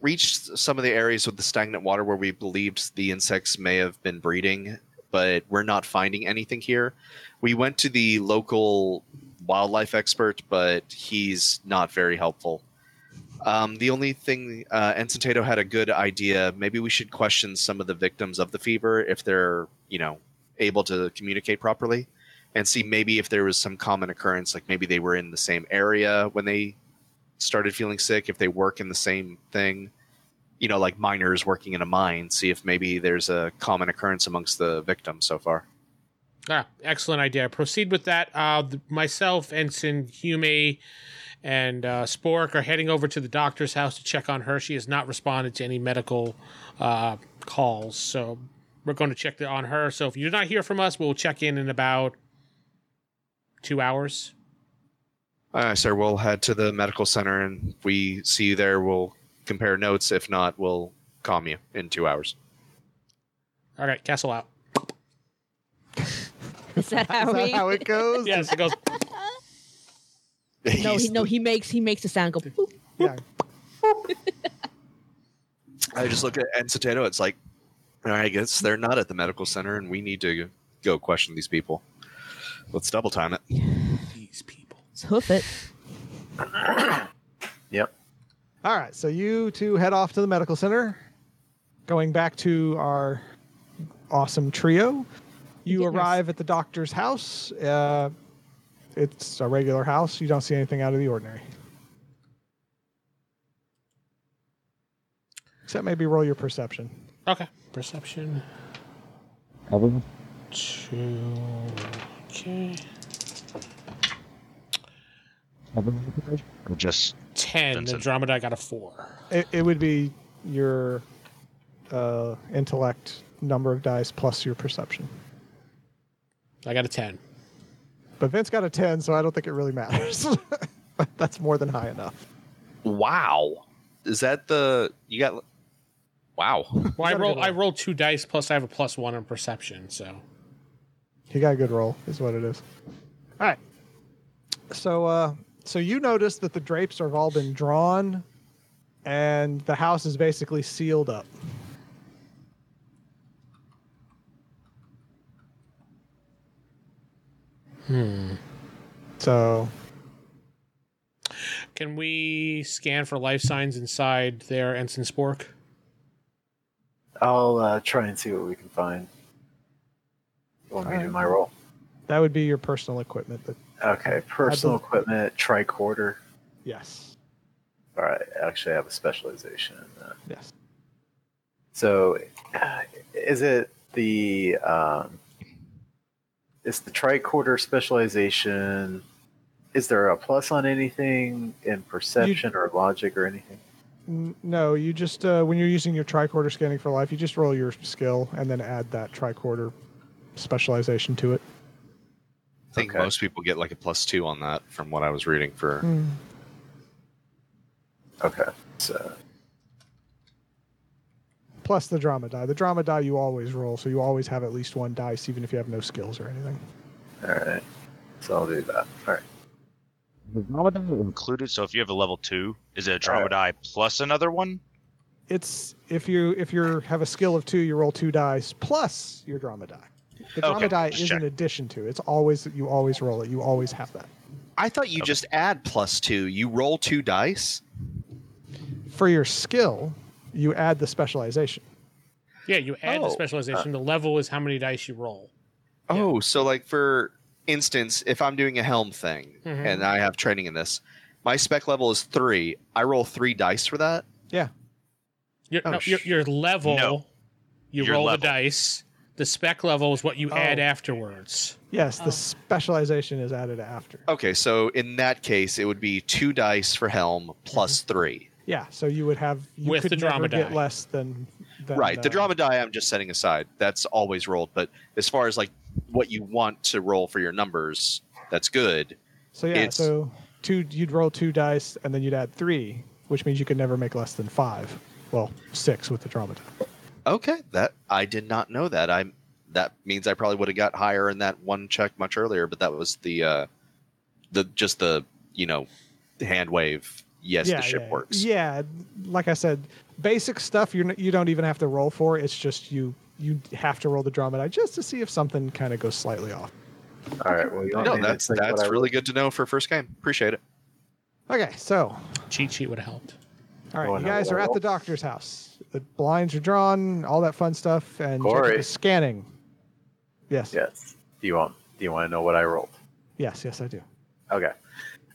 reached some of the areas with the stagnant water where we believed the insects may have been breeding, but we're not finding anything here. We went to the local wildlife expert, but he's not very helpful. Um, the only thing, uh, Ensign Tato had a good idea. Maybe we should question some of the victims of the fever if they're, you know, able to communicate properly and see maybe if there was some common occurrence, like maybe they were in the same area when they started feeling sick, if they work in the same thing, you know, like miners working in a mine, see if maybe there's a common occurrence amongst the victims so far. Ah, excellent idea. Proceed with that. Uh, th- myself, Ensign Hume, and uh, Spork are heading over to the doctor's house to check on her. She has not responded to any medical uh, calls, so we're going to check the- on her. So if you do not hear from us, we'll check in in about two hours. All right, sir, we'll head to the medical center and we see you there. We'll compare notes. If not, we'll calm you in two hours. All right, Castle out. Is that how Is that we? how it goes? Yes, it goes. no, he, He's- no, he makes he makes a sound go. Boop. yeah. I just look at Ensetato. It's like, all right, I guess they're not at the medical center and we need to go question these people. Let's double time it. These people. Let's hoof it. Yep. All right, so you two head off to the medical center. Going back to our awesome trio, you Goodness. arrive at the doctor's house. Uh, it's a regular house. You don't see anything out of the ordinary. Except maybe roll your perception. Okay, perception. Probably. Two. Okay. Probably. We'll just Ten. That's The it. dromedary got a four. It, it would be your uh, intellect number of dice plus your perception. I got a ten. But Vince got a 10, so I don't think it really matters. That's more than high enough. Wow. Is that the. You got. Wow. Well, I gotta roll. go. I roll two dice. Plus, I have a plus one on perception. So He got a good roll, is what it is. All right. So, uh, so you notice that the drapes have all been drawn, and the house is basically sealed up. Hmm. So, Can we scan for life signs inside there, Ensign Spork? I'll uh, try and see what we can find. You want me to do my roll? that would be your personal equipment. That Okay, personal equipment, tricorder. yes, All right, actually, I have a specialization uh, in that. yes. So, uh, is it the um, is the tricorder specialization? Is there a plus on anything in perception or logic or anything? N- No, you just uh, when you're using your tricorder scanning for life, you just roll your skill and then add that tricorder specialization to it. I think Okay. most people get like a plus two on that from what I was reading for. Okay, so plus the drama die. The drama die you always roll, so you always have at least one dice, even if you have no skills or anything. all right, so I'll do that. All right, The dromedary is included. So if you have a level two, is it a All right. dromedai plus another one? It's if you if you have a skill of two, you roll two dice plus your drama die. The drama Okay, die just is check. an addition to. It's always you always roll it. You always have that I thought you just add plus two. You roll two dice. for your skill. you add the specialization. Yeah, you add the Oh, specialization. the level is how many dice you roll. Oh, so like for instance, if I'm doing a helm thing Mhm. and I have training in this, my spec level is three. I roll three dice for that. Your, Oh, no, sh- your, your level, No. you Your roll level. the dice. The spec level is what you add Oh. afterwards. Yes, the specialization is added after. Okay, so in that case, it would be two dice for helm plus three. Yeah, so you would have you With could the never drama get die. less than, than right. The uh, drama die I'm just setting aside. That's always rolled. But as far as like what you want to roll for your numbers, that's good. So yeah, It's- so two you'd roll two dice and then you'd add three, which means you could never make less than five. Well, six with the drama die. Okay, that I did not know that. I that means I probably would have got higher in that one check much earlier, but that was the uh the just the, you know, hand wave. Yes, yeah, the ship yeah, works. Yeah, like I said, basic stuff you're n- you don't even have to roll for. It's just you you have to roll the drama die just to see if something kind of goes slightly off. All right. Well, you want No, me to that's take what that's I- really good to know for first game. Appreciate it. Okay, so Cheat sheet would have helped. all right, Oh, you no, guys are at well. the doctor's house. The blinds are drawn, all that fun stuff, and Jacob Corey. is scanning. Yes, Yes. Do you want? Do you want to know what I rolled? yes, yes, I do. Okay.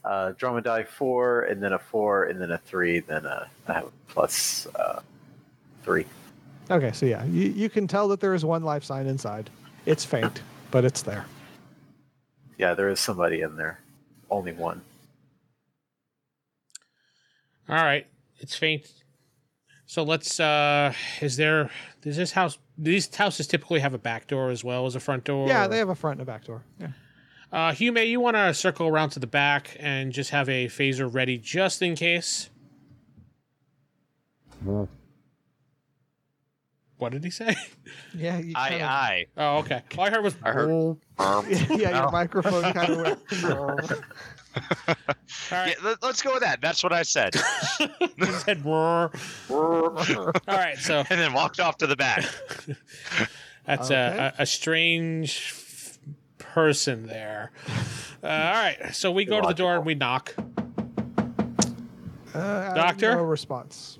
Uh, drama die four, and then a four, and then a three, then a, I have a plus uh, three. Okay, so yeah, you, you can tell that there is one life sign inside. It's faint, but it's there. Yeah, there is somebody in there. Only one. All right, it's faint. So let's. uh Is there? Does this house? do These houses typically have a back door as well as a front door. Yeah, or- they have a front and a back door. Yeah. Uh, Hume, you want to circle around to the back and just have a phaser ready just in case. Yeah. What did he say? Yeah, you I, I. Oh, okay. All I heard was. I heard yeah, No. your microphone kind of went. All right. Yeah, let, us go with that. That's what I said. he said, "Roar." All right, so and then walked off to the back. That's a, a, a strange f- person there. Uh, all right, so we go to the door and we knock. Uh, uh, Doctor? No response.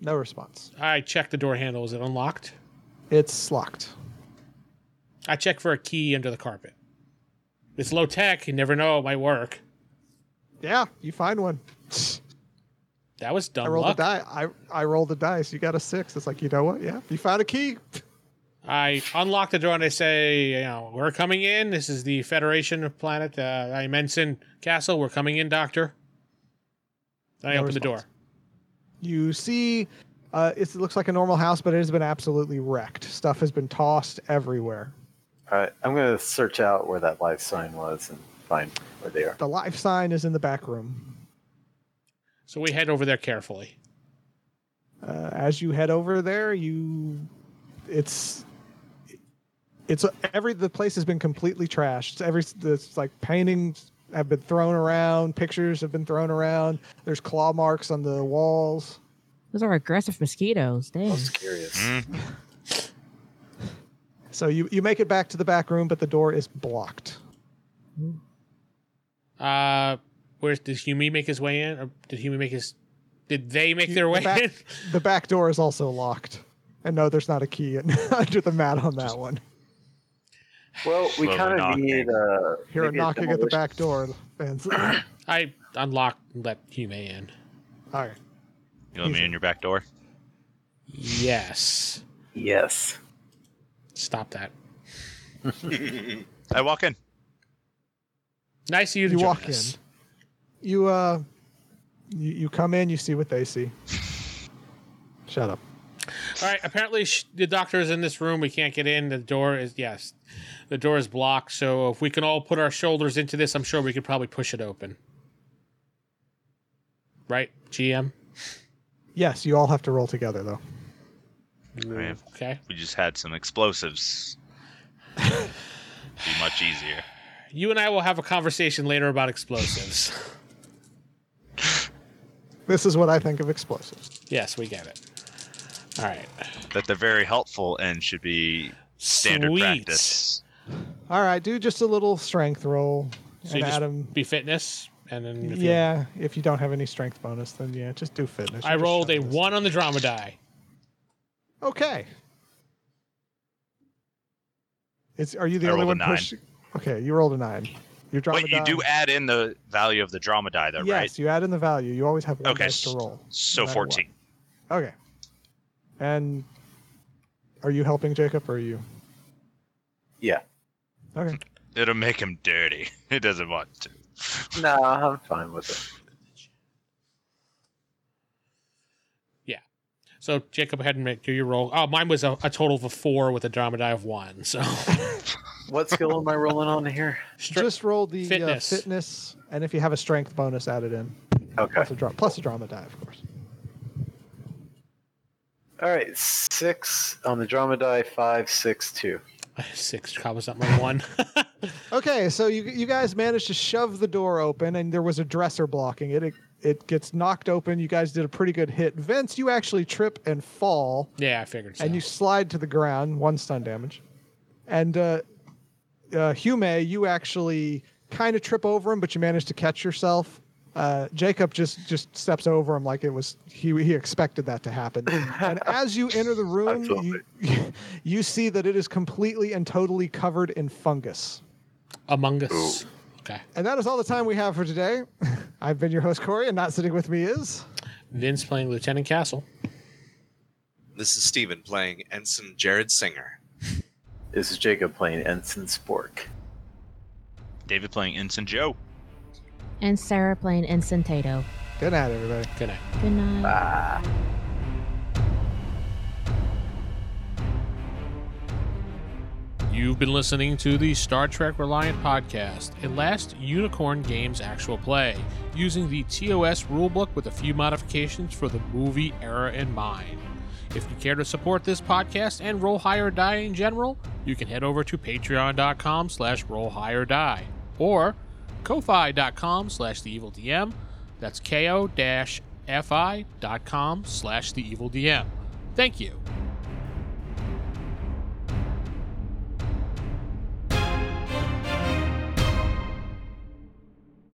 No response. I check the door handle. Is it unlocked? It's locked. I check for a key under the carpet. It's low tech. You never know. It might work. Yeah, you find one. That was dumb I rolled luck. a die. I I rolled a dice. You got a six. It's like you know what? Yeah, you found a key. I unlock the door and I say, you know, we're coming in. This is the Federation of Planet uh, Dimension Castle. We're coming in, Doctor. I No open the door. response. You see, uh, it's, it looks like a normal house, but it has been absolutely wrecked. Stuff has been tossed everywhere. All right. I'm gonna search out where that life sign was and find where they are. The life sign is in the back room. So we head over there carefully. uh, as you head over there you it's it's every the place has been completely trashed every it's like paintings have been thrown around pictures have been thrown around there's claw marks on the walls Those are aggressive mosquitoes. I Dang. was curious. so you you make it back to the back room but the door is blocked Uh, where's did Hume make his way in, or did Hume make his? Did they make their way the back, in? the back door is also locked and no there's not a key in, under the mat on that one Well, we Slowly kind of knocking. need uh, hear a maybe knocking at the demolition- back door fans I unlocked and let Hume in. all right You let me in your back door. Yes, Yes. stop that. I walk in. Nice of you to you join walk us. in. You uh, you, you come in. You see what they see. Shut up. All right. Apparently, sh- the doctor is in this room. We can't get in. The door is yes, the door is blocked. So if we can all put our shoulders into this, I'm sure we could probably push it open. Right, GM. Yes, you all have to roll together though. I mean, if Okay. we just had some explosives. be much easier. You and I will have a conversation later about explosives. This is what I think of explosives. yes, we get it. All right. That they're very helpful and should be standard Sweet. practice. All right, do just a little strength roll. So and you just Adam, be fitness. And then if you- Yeah, if you don't have any strength bonus, then yeah, just do fitness. I You're just rolled a shoving this. one on the drama die. Okay. It's are you the I only one rolled a nine. pushing? Okay, you rolled a nine. Your drama But you die- do add in the value of the drama die, though, yes, right? you add in the value. You always have one Okay, dice to roll. So no matter what. 14. Okay. And are you helping Jacob or are you? Yeah. Okay. It'll make him dirty. He doesn't want to. No, I'm fine with it. So Jacob, ahead and make do your roll. Oh, mine was a, a total of a four with a drama die of one. So What skill am I rolling on here? Str- Just roll the Fitness. Uh, fitness, and if you have a strength bonus, added in. Okay. Plus a, dra- plus a drama die, of course. All right. Six on the drama die. Five, six, two. six combos up my one. Okay, so you you guys managed to shove the door open, and there was a dresser blocking it. It, it gets knocked open. You guys did a pretty good hit. Vince, you actually trip and fall, yeah, I figured. So. and you slide to the ground. One stun damage, and uh, uh, Hume, you actually kind of trip over him, but you manage to catch yourself. Uh, Jacob just just steps over him like it was he he expected that to happen. And as you enter the room, you, you see that it is completely and totally covered in fungus. Among Us. Okay. And that is all the time we have for today. I've been your host, Corey, and not sitting with me is. Vince playing Lieutenant Castle. This is Steven playing Ensign Jared Singer. This is Jacob playing Ensign Spork. David playing Ensign Joe. And Sarah playing Instant Tato. Good night, everybody. Good night. Good night. You've been listening to the Star Trek Reliant podcast, a last Unicorn Games actual play, using the TOS rulebook with a few modifications for the movie era in mind. If you care to support this podcast and Roll High or Die in general, you can head over to patreon.com slash roll high or die or ko-fi.com slash the evil DM. That's ko-fi.com slash the evil DM. Thank you.